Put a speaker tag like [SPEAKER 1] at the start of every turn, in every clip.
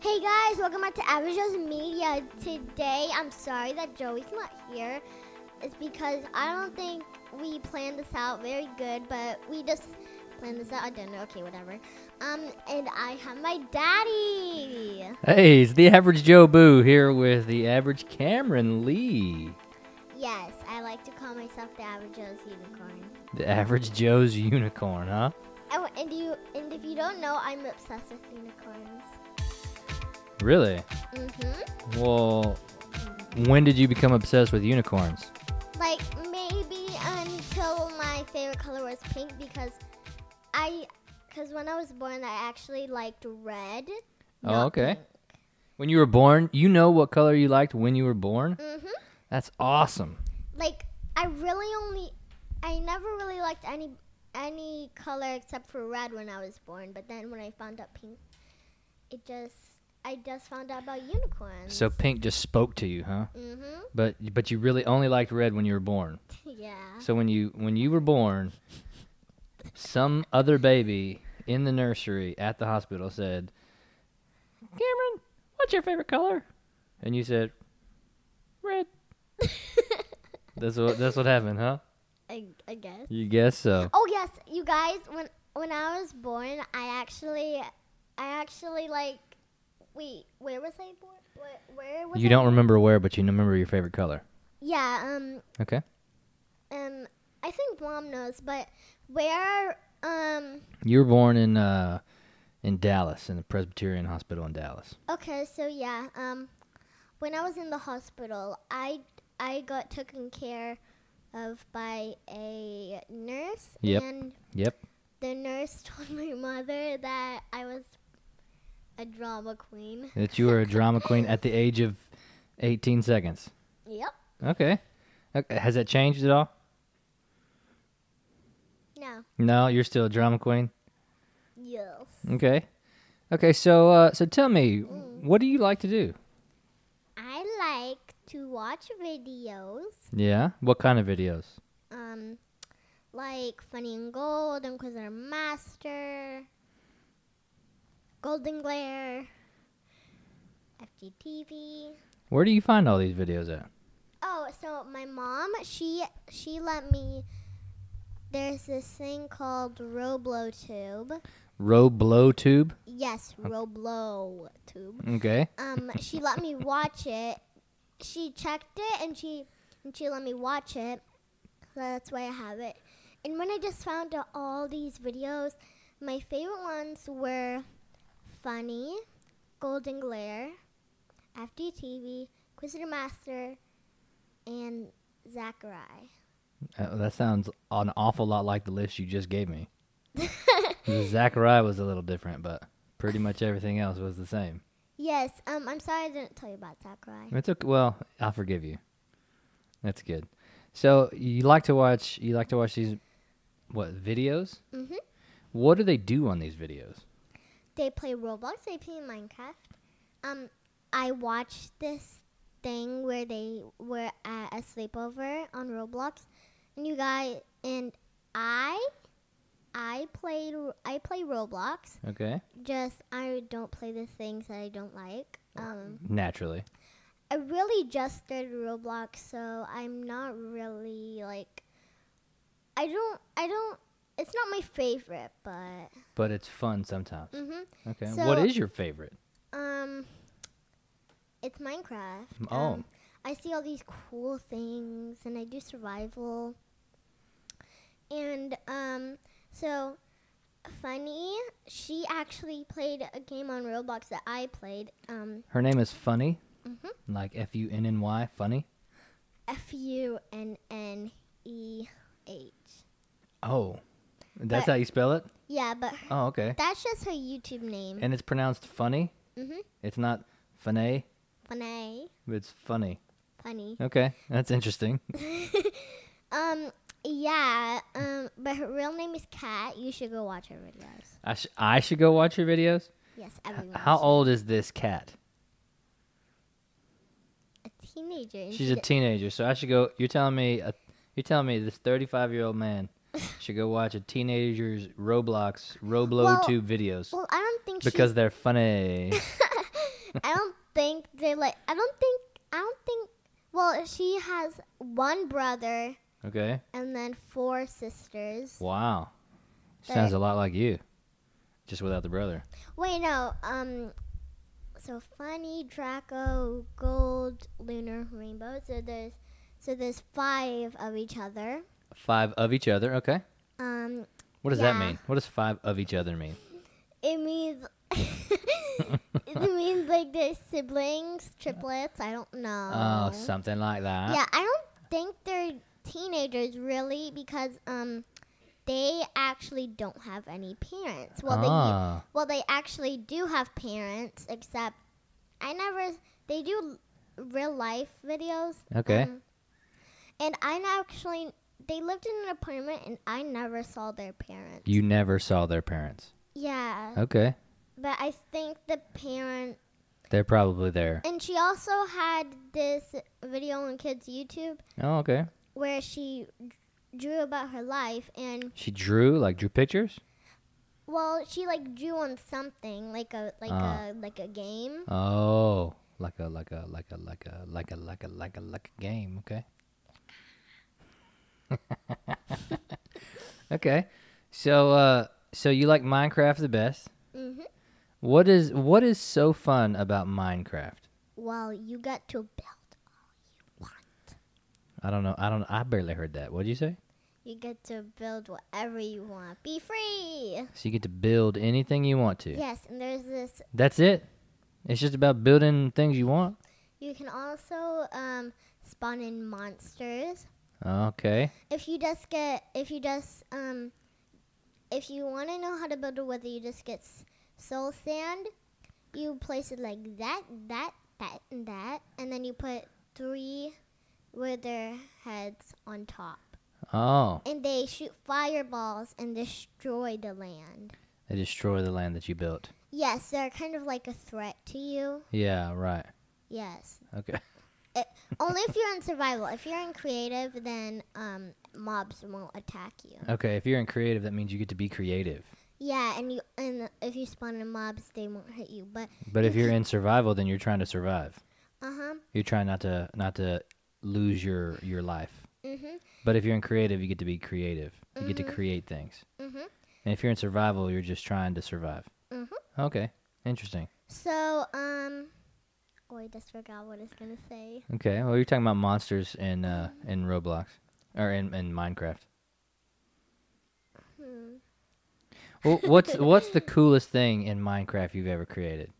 [SPEAKER 1] Hey guys, welcome back to Average Joe's Media. Today, I'm sorry that Joey's not here. It's because I don't think we planned this out very good, but we just planned this out. I don't know. Okay, whatever. Um, and I have my daddy.
[SPEAKER 2] Hey, it's the average Joe Boo here with the average Cameron Lee,
[SPEAKER 1] Yes, I like to call myself the Average Joe's unicorn.
[SPEAKER 2] the average Joe's unicorn, huh?
[SPEAKER 1] Oh, and you, and if you don't know, I'm obsessed with unicorns.
[SPEAKER 2] Really?
[SPEAKER 1] Mhm.
[SPEAKER 2] Well, when did you become obsessed with unicorns?
[SPEAKER 1] like maybe until my favorite color was pink because I because when I was born I actually liked red.
[SPEAKER 2] Oh, okay. When you were born, you know what color you liked when you were born?
[SPEAKER 1] Mhm.
[SPEAKER 2] That's awesome.
[SPEAKER 1] Like I really only I never really liked any any color except for red when I was born, but then when I found out pink it just I just found out about unicorns.
[SPEAKER 2] So pink just spoke to you, huh?
[SPEAKER 1] Mhm.
[SPEAKER 2] But but you really only liked red when you were born.
[SPEAKER 1] Yeah.
[SPEAKER 2] So when you when you were born, some other baby in the nursery at the hospital said, "Cameron, what's your favorite color?" And you said, "Red." That's what that's what happened, huh?
[SPEAKER 1] I, I guess.
[SPEAKER 2] You guess so.
[SPEAKER 1] Oh yes, you guys. When when I was born, I actually, I actually like. Wait, where was I born? Where, where was
[SPEAKER 2] You
[SPEAKER 1] I
[SPEAKER 2] don't
[SPEAKER 1] born?
[SPEAKER 2] remember where, but you remember your favorite color.
[SPEAKER 1] Yeah. Um.
[SPEAKER 2] Okay.
[SPEAKER 1] Um. I think mom knows, but where? Um.
[SPEAKER 2] You were born in uh in Dallas in the Presbyterian Hospital in Dallas.
[SPEAKER 1] Okay. So yeah. Um. When I was in the hospital, I I got taken care of by a nurse.
[SPEAKER 2] Yep.
[SPEAKER 1] And
[SPEAKER 2] Yep.
[SPEAKER 1] the nurse told my mother that I was a drama queen.
[SPEAKER 2] That you were a drama queen at the age of 18 seconds.
[SPEAKER 1] Yep.
[SPEAKER 2] Okay. okay. Has that changed at all?
[SPEAKER 1] No.
[SPEAKER 2] No, you're still a drama queen.
[SPEAKER 1] Yes.
[SPEAKER 2] Okay. Okay, so uh, so tell me, what do you like to do?
[SPEAKER 1] I like to watch videos,
[SPEAKER 2] Yeah. What kind of videos?
[SPEAKER 1] um, like Funny and Gold, Inquisitor Master, Golden Glare, FGTV.
[SPEAKER 2] Where do you find all these videos at?
[SPEAKER 1] Oh, so my mom, she she let me. There's this thing called RobloTube.
[SPEAKER 2] RoboTube.
[SPEAKER 1] Yes, RobloTube.
[SPEAKER 2] Okay.
[SPEAKER 1] um, she let me watch it. She checked it and she and she let me watch it. So that's why I have it. And when I just found out all these videos, my favorite ones were Funny, Golden Glare, FDTV, Quizzer Master, and Zachary.
[SPEAKER 2] Uh, that sounds an awful lot like the list you just gave me. Zachariah was a little different, but pretty much everything else was the same.
[SPEAKER 1] Yes, um, I'm sorry I didn't tell you about Zachary.
[SPEAKER 2] It's okay. Well, I'll forgive you. That's good. So you like to watch? You like to watch these? What videos?
[SPEAKER 1] Mhm.
[SPEAKER 2] What do they do on these videos?
[SPEAKER 1] they play Roblox, they play Minecraft. Um, I watched this thing where they were at a sleepover on Roblox, and you guys and I, I played I play Roblox.
[SPEAKER 2] Okay.
[SPEAKER 1] Just I don't play the things that I don't like. Um,
[SPEAKER 2] Naturally.
[SPEAKER 1] I really just started Roblox, so I'm not really like. I don't. I don't. It's not my favorite, but.
[SPEAKER 2] but it's fun sometimes.
[SPEAKER 1] Mhm.
[SPEAKER 2] Okay.
[SPEAKER 1] So-
[SPEAKER 2] what is your favorite?
[SPEAKER 1] Um, it's Minecraft.
[SPEAKER 2] M- oh.
[SPEAKER 1] Um, I see all these cool things, and I do survival. And um, so funny. She actually played a game on Roblox that I played. Um,
[SPEAKER 2] Her name is Funny,
[SPEAKER 1] Mhm.
[SPEAKER 2] like F U N N Y, Funny.
[SPEAKER 1] F U N N E H.
[SPEAKER 2] Oh, that's
[SPEAKER 1] But-
[SPEAKER 2] how you spell it.
[SPEAKER 1] Yeah, but
[SPEAKER 2] Oh, okay.
[SPEAKER 1] that's just her YouTube name.
[SPEAKER 2] And it's pronounced Funny.
[SPEAKER 1] Mhm.
[SPEAKER 2] It's not Funny.
[SPEAKER 1] Funny,
[SPEAKER 2] It's funny.
[SPEAKER 1] funny.
[SPEAKER 2] Okay, that's interesting.
[SPEAKER 1] Um, yeah. Um, but her real name is Kat. You should go watch her videos.
[SPEAKER 2] I, sh- I should go watch your videos.
[SPEAKER 1] Yes, everyone.
[SPEAKER 2] How
[SPEAKER 1] is
[SPEAKER 2] old is this cat?
[SPEAKER 1] A teenager. and
[SPEAKER 2] She's
[SPEAKER 1] she
[SPEAKER 2] a
[SPEAKER 1] d-
[SPEAKER 2] teenager, so I should go. You're telling me, a, you're telling me this 35 year old man should go watch a teenager's Roblox Roblo
[SPEAKER 1] Well-
[SPEAKER 2] tube videos
[SPEAKER 1] Well, I don't think
[SPEAKER 2] because they're funny.
[SPEAKER 1] she. I don't think they like. I don't think. I don't think. Well, she has one brother
[SPEAKER 2] Okay.
[SPEAKER 1] and then four sisters.
[SPEAKER 2] Wow.
[SPEAKER 1] They-
[SPEAKER 2] Sounds a lot like you, just without the brother.
[SPEAKER 1] Wait, no. Um, so funny Draco, Gold, Lunar, Rainbow. So there's, so there's five of each other.
[SPEAKER 2] Five of each other. Okay.
[SPEAKER 1] Um,
[SPEAKER 2] What does that
[SPEAKER 1] Yeah.
[SPEAKER 2] mean? What does five of each other mean?
[SPEAKER 1] it means. it means like they're siblings, triplets. I don't know.
[SPEAKER 2] Oh, something like that.
[SPEAKER 1] Yeah, I don't think they're teenagers really because um they actually don't have any parents. Well, they
[SPEAKER 2] ah,
[SPEAKER 1] well they actually do have parents except I never they do l- real life videos.
[SPEAKER 2] okay.
[SPEAKER 1] um, and I n- actually they lived in an apartment and I never saw their parents.
[SPEAKER 2] you Uh never saw their parents.
[SPEAKER 1] yeah.
[SPEAKER 2] Okay.
[SPEAKER 1] But I think the parent
[SPEAKER 2] They're probably there.
[SPEAKER 1] and she also had this video on kids YouTube
[SPEAKER 2] Oh, okay.
[SPEAKER 1] where she d- drew about her life and
[SPEAKER 2] She drew, like drew pictures.
[SPEAKER 1] well she like drew on something like a like
[SPEAKER 2] Ah.
[SPEAKER 1] a like a game
[SPEAKER 2] Oh, like a like a like a like a like a like a like a like a game. Okay. okay. So uh, so you like Minecraft the best?
[SPEAKER 1] hmm
[SPEAKER 2] What is what is so fun about Minecraft?
[SPEAKER 1] well you got to build
[SPEAKER 2] I don't know. I don't. I barely heard that. What did you say?
[SPEAKER 1] you get to build whatever you want be free
[SPEAKER 2] So you get to build anything you want to.
[SPEAKER 1] yes and there's this
[SPEAKER 2] That's it. It's just about building things you want.
[SPEAKER 1] you can also um spawn in monsters
[SPEAKER 2] Okay.
[SPEAKER 1] if you just get if you just um if you want to know how to build a whether you just get s- soul sand you place it like that that that and that and then you put three wither heads on top
[SPEAKER 2] Oh,
[SPEAKER 1] and they shoot fireballs and destroy the land
[SPEAKER 2] they destroy the land that you built.
[SPEAKER 1] yes they're kind of like a threat to you
[SPEAKER 2] Yeah. Right.
[SPEAKER 1] yes
[SPEAKER 2] Okay.
[SPEAKER 1] only if you're in survival if you're in creative then um mobs won't attack you
[SPEAKER 2] Okay. If you're in creative, that means you get to be creative.
[SPEAKER 1] Yeah, and you and if you spawn in mobs, they won't hit you. But
[SPEAKER 2] But if you're in survival, then you're trying to survive.
[SPEAKER 1] uh huh,
[SPEAKER 2] You're trying not to not to lose your your life.
[SPEAKER 1] mhm,
[SPEAKER 2] But if you're in creative, you get to be creative. You get to
[SPEAKER 1] Mhm.
[SPEAKER 2] create things.
[SPEAKER 1] mhm,
[SPEAKER 2] And if you're in survival, you're just trying to survive.
[SPEAKER 1] mhm.
[SPEAKER 2] Okay. Interesting.
[SPEAKER 1] So um, oh, I just forgot what I was gonna say.
[SPEAKER 2] Okay. Well, you're talking about monsters in uh, in Roblox or in, in Minecraft.
[SPEAKER 1] Hmm.
[SPEAKER 2] Well, what's what's the coolest thing in Minecraft you've ever created?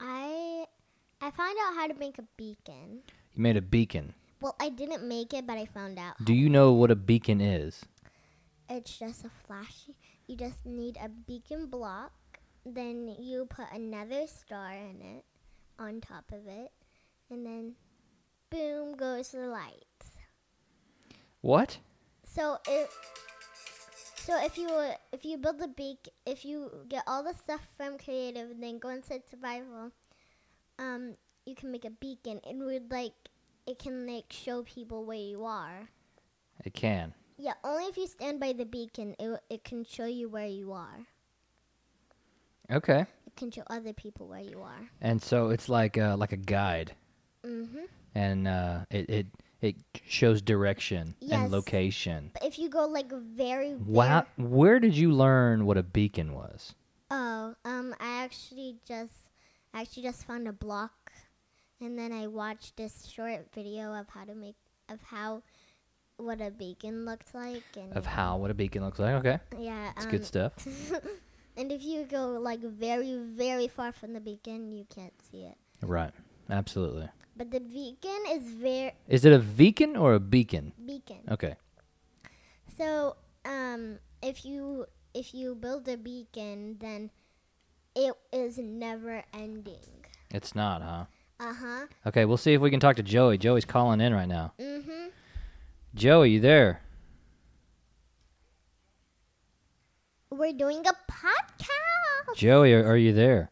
[SPEAKER 1] I I found out how to make a beacon.
[SPEAKER 2] You made a beacon.
[SPEAKER 1] Well, I didn't make it, but I found out.
[SPEAKER 2] Do you know what a beacon is?
[SPEAKER 1] It's just a flashy. You just need a beacon block. Then you put another star in it, on top of it, and then, boom goes the lights.
[SPEAKER 2] What?
[SPEAKER 1] So if so, if you uh, if you build a beak, if you get all the stuff from creative, and then go inside survival, um, you can make a beacon. It would like it can like show people where you are.
[SPEAKER 2] It can.
[SPEAKER 1] Yeah, only if you stand by the beacon, it w- it can show you where you are.
[SPEAKER 2] Okay.
[SPEAKER 1] It can show other people where you are.
[SPEAKER 2] And so it's like uh, like a guide,
[SPEAKER 1] Mhm.
[SPEAKER 2] and uh, it it it shows direction
[SPEAKER 1] Yes.
[SPEAKER 2] and location.
[SPEAKER 1] But if you go like very
[SPEAKER 2] Wow.
[SPEAKER 1] very-
[SPEAKER 2] Where did you learn what a beacon was?
[SPEAKER 1] Oh, um, I actually just, I actually just found a block, and then I watched this short video of how to make, of how, what a beacon looks like, and
[SPEAKER 2] Of how what a beacon looks like. Okay,
[SPEAKER 1] yeah,
[SPEAKER 2] it's good stuff.
[SPEAKER 1] stuff. and if you go like very, very far from the beacon, you can't see it.
[SPEAKER 2] Right. Absolutely.
[SPEAKER 1] But the beacon is very
[SPEAKER 2] Is it a beacon or a beacon?
[SPEAKER 1] beacon.
[SPEAKER 2] Okay.
[SPEAKER 1] So, um, if you if you build a beacon, then it is never ending.
[SPEAKER 2] It's not, huh?
[SPEAKER 1] Uh huh.
[SPEAKER 2] Okay, we'll see if we can talk to Joey. Joey's calling in right now.
[SPEAKER 1] Mhm.
[SPEAKER 2] Joey, you there?
[SPEAKER 1] We're doing a podcast.
[SPEAKER 2] Joey, are, are you there?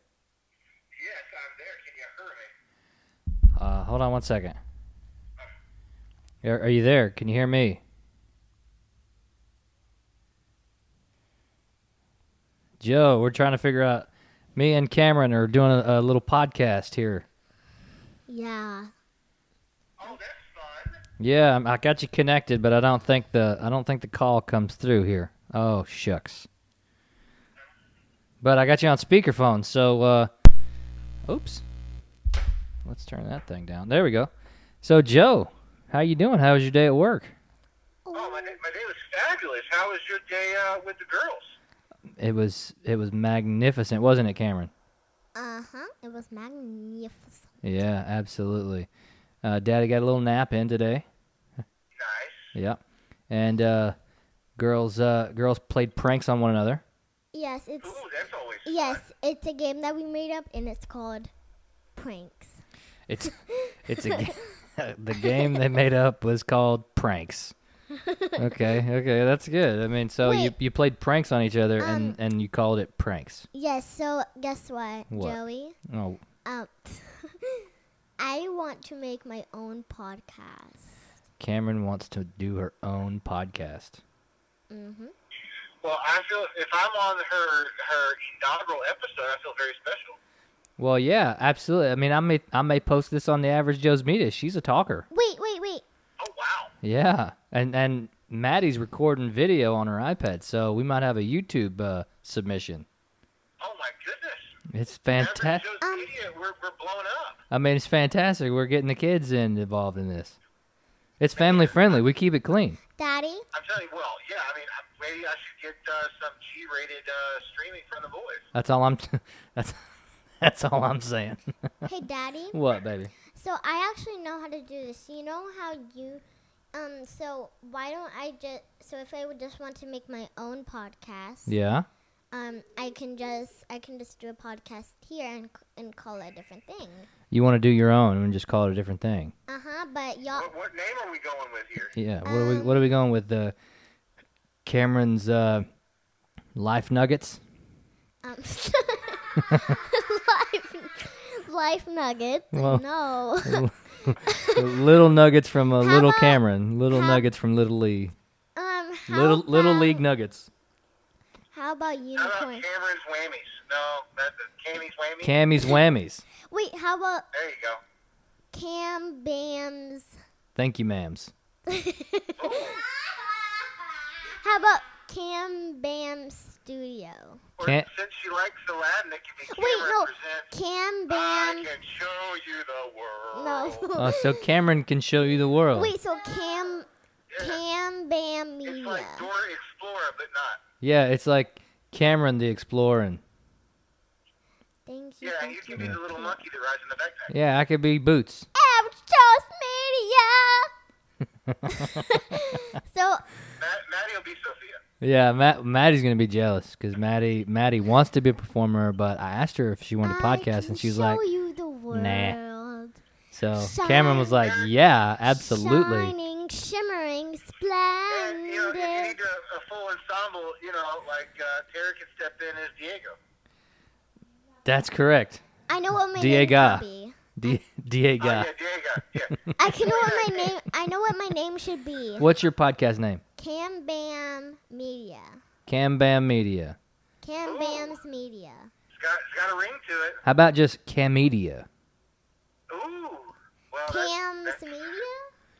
[SPEAKER 3] Yes, I'm there. Can you hear me?
[SPEAKER 2] Uh, hold on one second. Are, are you there? Can you hear me? Joe, we're trying to figure out Me and Cameron are doing a, a little podcast here.
[SPEAKER 1] Yeah.
[SPEAKER 3] Oh, that's fun.
[SPEAKER 2] Yeah, I'm- I got you connected, but I don't think the I don't think the call comes through here. Oh shucks. But I got you on speakerphone, so uh, oops. Let's turn that thing down. There we go. So Joe, how you doing? How was your day at work?
[SPEAKER 3] Oh, my day, my day was fabulous. How was your day uh, with the girls?
[SPEAKER 2] It was it was magnificent, wasn't it, Cameron?
[SPEAKER 1] Uh huh. It was magnificent.
[SPEAKER 2] Yeah, absolutely. Uh, Daddy got a little nap in today.
[SPEAKER 3] Nice.
[SPEAKER 2] Yeah, and uh, girls uh, girls played pranks on one another.
[SPEAKER 1] Yes, it's
[SPEAKER 3] Ooh, that's always fun.
[SPEAKER 1] yes, it's a game that we made up, and it's called pranks.
[SPEAKER 2] It's it's a ga- the game they made up was called pranks. Okay, okay, that's good. I mean, so you
[SPEAKER 1] Wait.
[SPEAKER 2] you played pranks on each other and
[SPEAKER 1] Um,
[SPEAKER 2] and you called it pranks.
[SPEAKER 1] Yes. So guess what,
[SPEAKER 2] What?
[SPEAKER 1] Joey?
[SPEAKER 2] Oh,
[SPEAKER 1] Um, I want to make my own podcast.
[SPEAKER 2] Cameron wants to do her own podcast.
[SPEAKER 1] Mhm.
[SPEAKER 3] Well, I feel if I'm on her her inaugural episode, I feel very special.
[SPEAKER 2] Well, yeah, absolutely. I mean, I may I may post this on the Average Joe's Media. She's a talker.
[SPEAKER 1] Wait, wait, wait.
[SPEAKER 3] Oh, wow.
[SPEAKER 2] Yeah, and and Maddie's recording video on her iPad, so we might have a YouTube uh, submission.
[SPEAKER 3] Oh my goodness.
[SPEAKER 2] It's
[SPEAKER 3] Every
[SPEAKER 2] fantastic.
[SPEAKER 3] Joe's
[SPEAKER 1] Um,
[SPEAKER 3] media, we're we're blown up.
[SPEAKER 2] I mean, it's fantastic. We're getting the kids in, involved in this. It's family friendly. We keep it clean.
[SPEAKER 1] Daddy,
[SPEAKER 3] I'm telling you. Well, yeah. I mean, I- maybe I should get uh, some G-rated uh, streaming from the boys.
[SPEAKER 2] That's all I'm. that's that's all I'm saying.
[SPEAKER 1] hey, Daddy.
[SPEAKER 2] what, baby?
[SPEAKER 1] So I actually know how to do this. You know how you, um. So why don't I just? So if I would just want to make my own podcast,
[SPEAKER 2] Yeah.
[SPEAKER 1] um, I can just I can just do a podcast here and c- and call it a different thing.
[SPEAKER 2] You want to do your own and just call it a different thing.
[SPEAKER 1] Uh huh. But y'all,
[SPEAKER 3] What, what name are we going with here?
[SPEAKER 2] Yeah. What are we
[SPEAKER 1] Um,
[SPEAKER 2] What are we going with? Uh, Cameron's uh, life nuggets.
[SPEAKER 1] um, life life nuggets.
[SPEAKER 2] Well,
[SPEAKER 1] no.
[SPEAKER 2] little nuggets from uh, little
[SPEAKER 1] about-
[SPEAKER 2] Cameron. Little
[SPEAKER 1] how-
[SPEAKER 2] nuggets from Little Lee.
[SPEAKER 1] um. How
[SPEAKER 2] Little Little
[SPEAKER 1] about-
[SPEAKER 2] League nuggets.
[SPEAKER 1] How about
[SPEAKER 3] How about
[SPEAKER 1] unicorn?
[SPEAKER 3] Cameron's whammies? No, that's Cammy's whammies.
[SPEAKER 2] Cammy's whammies.
[SPEAKER 1] Wait. How about
[SPEAKER 3] there you go.
[SPEAKER 1] Cam Bam's?
[SPEAKER 2] Thank you, ma'ams.
[SPEAKER 1] How about Cam Bam Studio?
[SPEAKER 3] Or
[SPEAKER 2] Can't-
[SPEAKER 3] since she likes Aladdin, it can be
[SPEAKER 1] Wait,
[SPEAKER 3] Cameron
[SPEAKER 1] no.
[SPEAKER 3] presents.
[SPEAKER 1] Cam
[SPEAKER 3] I
[SPEAKER 1] Bam.
[SPEAKER 3] can show you the world.
[SPEAKER 1] No.
[SPEAKER 2] Oh, so Cameron can show you the world.
[SPEAKER 1] Wait, so Cam
[SPEAKER 3] Yeah.
[SPEAKER 1] Cam Bam
[SPEAKER 3] It's
[SPEAKER 1] Media.
[SPEAKER 3] like Dora Explorer, but not.
[SPEAKER 2] Yeah, it's like Cameron the Exploring.
[SPEAKER 1] Thank you.
[SPEAKER 3] Yeah, and
[SPEAKER 1] thank
[SPEAKER 3] you
[SPEAKER 1] you.
[SPEAKER 3] can be the little monkey that rides in the backpack.
[SPEAKER 2] Yeah, I could be Boots.
[SPEAKER 1] Average Toast Media. so
[SPEAKER 3] Matt, Maddie will be Sophia.
[SPEAKER 2] Yeah, Matt, Maddie's gonna be jealous because Maddie Maddie wants to be a performer, but I asked her if she wanted a
[SPEAKER 1] I
[SPEAKER 2] podcast,
[SPEAKER 1] can
[SPEAKER 2] and she's
[SPEAKER 1] show
[SPEAKER 2] like,
[SPEAKER 1] you the world.
[SPEAKER 2] so
[SPEAKER 1] shine
[SPEAKER 2] Cameron was like, yeah, absolutely.
[SPEAKER 1] Shining, shimmering,
[SPEAKER 3] And, you know, if you
[SPEAKER 1] splendid.
[SPEAKER 3] need a, a full ensemble, you know, like uh, Tara can step in as Diego.
[SPEAKER 2] That's correct.
[SPEAKER 1] I know what my
[SPEAKER 2] Diego.
[SPEAKER 1] name should be.
[SPEAKER 2] D Diego.
[SPEAKER 3] Oh, yeah, Diego. Yeah.
[SPEAKER 1] I can know what my name. I know what my name should be.
[SPEAKER 2] What's your podcast name?
[SPEAKER 1] Cam Bam Media.
[SPEAKER 2] Cam Bam Media.
[SPEAKER 1] Cam
[SPEAKER 3] Ooh.
[SPEAKER 1] Bam's Media.
[SPEAKER 3] It's got, it's got a ring to it.
[SPEAKER 2] How about just Camedia?
[SPEAKER 3] Ooh. Well,
[SPEAKER 1] Cam's
[SPEAKER 3] Oh, that's, that's,
[SPEAKER 1] Media.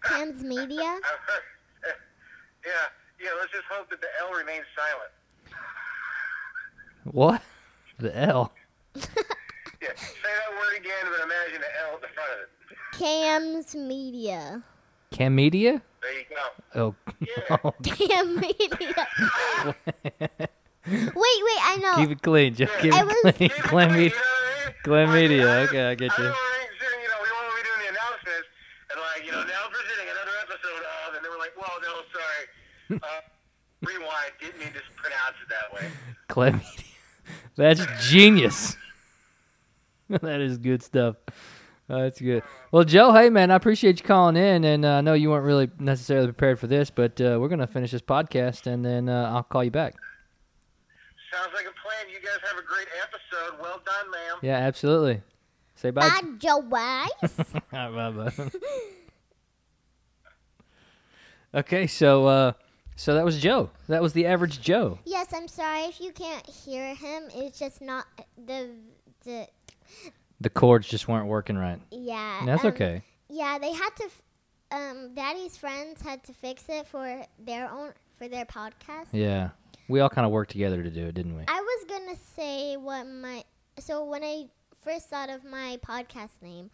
[SPEAKER 1] Cam's Media.
[SPEAKER 3] yeah, yeah, let's just hope that the L remains silent.
[SPEAKER 2] What? The L.
[SPEAKER 3] Yeah, say that word again, but imagine the L at the front of it.
[SPEAKER 1] Cam's Media.
[SPEAKER 2] Camedia?
[SPEAKER 3] There you go.
[SPEAKER 2] Oh.
[SPEAKER 3] Yeah.
[SPEAKER 1] Cam Media. Oh. wait, wait. I know.
[SPEAKER 2] Keep it clean, Joe. Keep
[SPEAKER 1] I
[SPEAKER 2] it
[SPEAKER 1] was-
[SPEAKER 2] clean.
[SPEAKER 3] Keep it
[SPEAKER 2] Clam
[SPEAKER 3] clean, you
[SPEAKER 2] media.
[SPEAKER 3] know what I mean?
[SPEAKER 2] Glam
[SPEAKER 3] Like,
[SPEAKER 2] Media,
[SPEAKER 3] I
[SPEAKER 2] okay, I get you.
[SPEAKER 3] I don't wanna make sure, you know, we want to be doing the announcements, and like, you know, now presenting another episode of, and then we're like, well, no, sorry. Uh, rewind, didn't mean to pronounce it that way.
[SPEAKER 2] Chlamydia. That's genius. that is good stuff. Uh, that's good. Well, Joe, hey man, I appreciate you calling in, and uh, I know you weren't really necessarily prepared for this, but uh, we're gonna finish this podcast, and then uh, I'll call you back.
[SPEAKER 3] Sounds like a plan. You guys have a great episode. Well done, ma'am.
[SPEAKER 2] Yeah, absolutely. Say bye.
[SPEAKER 1] Bye, Joe Weiss.
[SPEAKER 2] Bye, bye. okay, so uh, So that was Joe. That was the average Joe.
[SPEAKER 1] Yes, I'm sorry if you can't hear him. It's just not the the
[SPEAKER 2] The chords just weren't working right.
[SPEAKER 1] yeah.
[SPEAKER 2] And that's
[SPEAKER 1] um,
[SPEAKER 2] okay.
[SPEAKER 1] Yeah, they had to. F- um, Daddy's friends had to fix it for their own for their podcast.
[SPEAKER 2] Yeah. We all kind of worked together to do it, didn't we?
[SPEAKER 1] I was gonna say what my so when I first thought of my podcast name,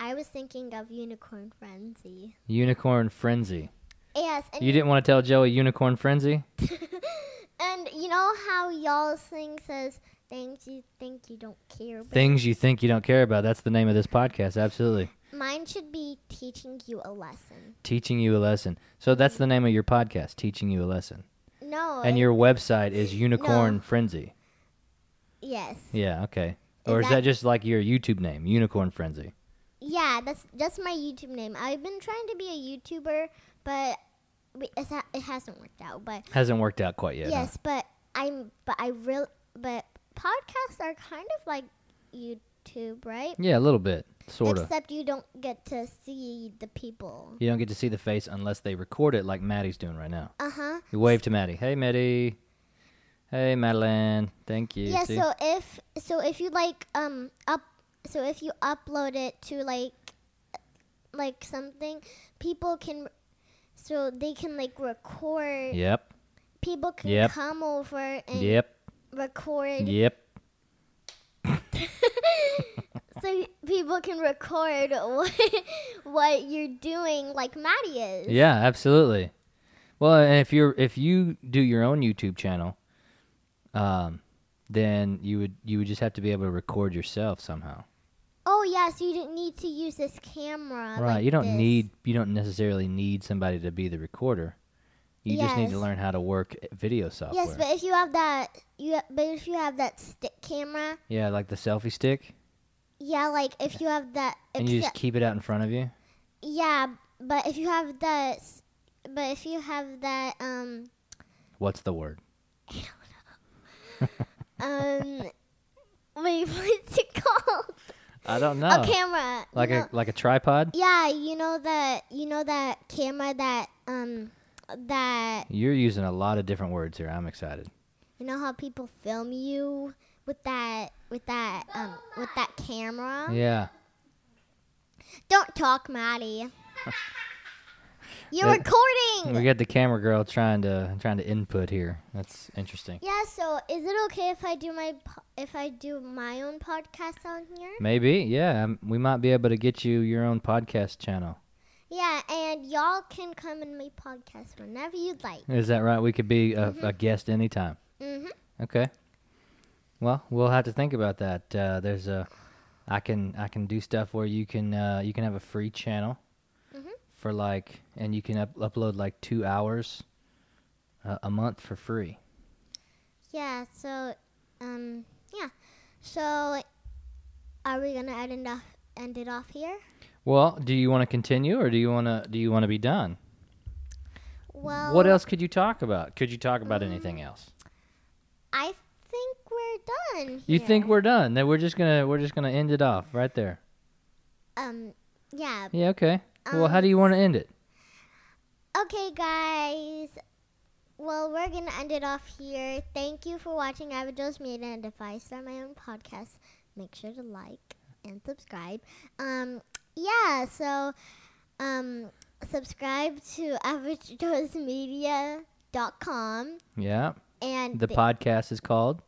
[SPEAKER 1] I was thinking of Unicorn Frenzy.
[SPEAKER 2] Unicorn Frenzy.
[SPEAKER 1] Yes, and
[SPEAKER 2] You didn't want to tell Joey Unicorn Frenzy?
[SPEAKER 1] and you know how y'all's thing says things you think you don't care. But
[SPEAKER 2] Things you think you don't care about. That's the name of this podcast. Absolutely.
[SPEAKER 1] mine should be teaching you a lesson.
[SPEAKER 2] Teaching you a lesson. So that's the name of your podcast, Teaching You a Lesson.
[SPEAKER 1] No,
[SPEAKER 2] And
[SPEAKER 1] it-
[SPEAKER 2] your website is Unicorn Frenzy.
[SPEAKER 1] yes,
[SPEAKER 2] Yeah, okay. Or
[SPEAKER 1] Is
[SPEAKER 2] is
[SPEAKER 1] that-
[SPEAKER 2] that just like your YouTube name, Unicorn Frenzy?
[SPEAKER 1] yeah, that's that's my YouTube name. I've been trying to be a YouTuber, but we- it's ha- it hasn't worked out. But
[SPEAKER 2] Hasn't worked out quite yet. huh?
[SPEAKER 1] Yes, but I'm but I real but podcasts are kind of like YouTube, right?
[SPEAKER 2] Yeah, a little bit, sort of.
[SPEAKER 1] Except you don't get to see the people.
[SPEAKER 2] You don't get to see the face unless they record it like Maddie's doing right now.
[SPEAKER 1] Uh huh.
[SPEAKER 2] You wave to Maddie. Hey, Maddie. Hey, Madeline. Thank you.
[SPEAKER 1] Yeah.
[SPEAKER 2] See?
[SPEAKER 1] So if so if you like um up so if you upload it to like like something, people can so they can like record.
[SPEAKER 2] yep.
[SPEAKER 1] People can
[SPEAKER 2] Yep.
[SPEAKER 1] come over and
[SPEAKER 2] Yep.
[SPEAKER 1] record.
[SPEAKER 2] Yep.
[SPEAKER 1] so people can record what, what you're doing like Maddie is.
[SPEAKER 2] Yeah, absolutely. Well, and if you're if you do your own YouTube channel, um, then you would you would just have to be able to record yourself somehow.
[SPEAKER 1] Oh yes, you didn't need to use this camera.
[SPEAKER 2] right.
[SPEAKER 1] like
[SPEAKER 2] you don't
[SPEAKER 1] this.
[SPEAKER 2] need you don't necessarily need somebody to be the recorder. You just need to
[SPEAKER 1] Yes.
[SPEAKER 2] learn how to work video software.
[SPEAKER 1] Yes, but if you have that, you ha- but if you have that stick camera,
[SPEAKER 2] yeah, like the selfie stick,
[SPEAKER 1] yeah, like if you have that,
[SPEAKER 2] and you just
[SPEAKER 1] exce-
[SPEAKER 2] keep it out in front of you.
[SPEAKER 1] yeah, but if you have that, s- but if you have that, um,
[SPEAKER 2] What's the word?
[SPEAKER 1] um, wait, what's it called?
[SPEAKER 2] I don't know.
[SPEAKER 1] A camera.
[SPEAKER 2] Oh, like
[SPEAKER 1] you know-
[SPEAKER 2] a like a tripod.
[SPEAKER 1] Yeah, you know that you know that camera that um that
[SPEAKER 2] You're using a lot of different words here. I'm excited.
[SPEAKER 1] you know how people film you with that with that um with that camera.
[SPEAKER 2] Yeah.
[SPEAKER 1] Don't talk, Maddie. You're
[SPEAKER 2] Yeah. We
[SPEAKER 1] recording.
[SPEAKER 2] got the camera girl trying to trying to input here. That's interesting.
[SPEAKER 1] Yeah. So, is it okay if I do my po- if I do my own podcast on here?
[SPEAKER 2] Maybe, yeah. um, We might be able to get you your own podcast channel.
[SPEAKER 1] Yeah, and y'all can come in my podcast whenever you'd like.
[SPEAKER 2] Is that right? We could be a, a guest anytime.
[SPEAKER 1] Mhm.
[SPEAKER 2] Okay. Well, we'll have to think about that. Uh, there's a, I can I can do stuff where you can uh, you can have a free channel,
[SPEAKER 1] Mhm.
[SPEAKER 2] for like, and you can up- upload like two hours, uh, a month for free.
[SPEAKER 1] Yeah. So, um, yeah. So, are we gonna end it off, end it off here?
[SPEAKER 2] Well, do you want to continue or do you want to do you want to be done?
[SPEAKER 1] Well,
[SPEAKER 2] what else could you talk about? Could you talk about anything else?
[SPEAKER 1] I think we're done.
[SPEAKER 2] You
[SPEAKER 1] here.
[SPEAKER 2] think we're done? Then we're just gonna we're just gonna end it off right there.
[SPEAKER 1] Um. Yeah.
[SPEAKER 2] Yeah. Okay. well, how
[SPEAKER 1] Um,
[SPEAKER 2] do you want to end it?
[SPEAKER 1] Okay, guys. Well, we're going to end it off here. Thank you for watching Avajos Media and if I start my own podcast, make sure to like and subscribe. Um, yeah, so um, subscribe to avajosmedia.com
[SPEAKER 2] Yeah.
[SPEAKER 1] and
[SPEAKER 2] The podcast is called.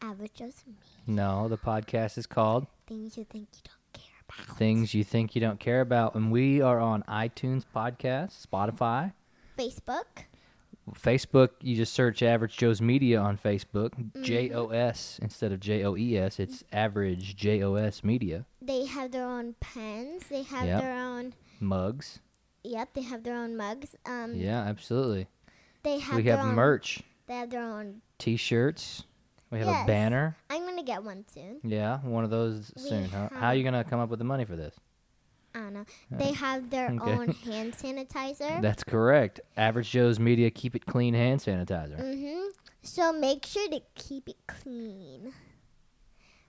[SPEAKER 1] Avajos Media.
[SPEAKER 2] No, the podcast is called
[SPEAKER 1] Things you think you don't care about.
[SPEAKER 2] Things You Think You Don't Care About, and we are on iTunes Podcast, Spotify,
[SPEAKER 1] Facebook.
[SPEAKER 2] Facebook. You just search Average Joe's Media on Facebook.
[SPEAKER 1] Mm-hmm.
[SPEAKER 2] J O S instead of J O E S. It's Average J O S Media
[SPEAKER 1] They have their own pens. They have
[SPEAKER 2] Yep.
[SPEAKER 1] their own.
[SPEAKER 2] mugs.
[SPEAKER 1] Yep, they have their own mugs. Um,
[SPEAKER 2] Yeah, absolutely.
[SPEAKER 1] They have
[SPEAKER 2] We
[SPEAKER 1] their
[SPEAKER 2] have
[SPEAKER 1] own,
[SPEAKER 2] merch,
[SPEAKER 1] They have their own
[SPEAKER 2] T-shirts. We have a
[SPEAKER 1] Yes.
[SPEAKER 2] banner.
[SPEAKER 1] I'm gonna get one soon.
[SPEAKER 2] Yeah, one of those
[SPEAKER 1] We
[SPEAKER 2] soon. Huh? How are
[SPEAKER 1] have-
[SPEAKER 2] you gonna come up with the money for this?
[SPEAKER 1] I don't know. They have their
[SPEAKER 2] okay.
[SPEAKER 1] own hand sanitizer.
[SPEAKER 2] That's correct. Average Joe's
[SPEAKER 1] Mm-hmm.
[SPEAKER 2] Media Keep It Clean hand sanitizer.
[SPEAKER 1] mhm. So make sure to keep it clean.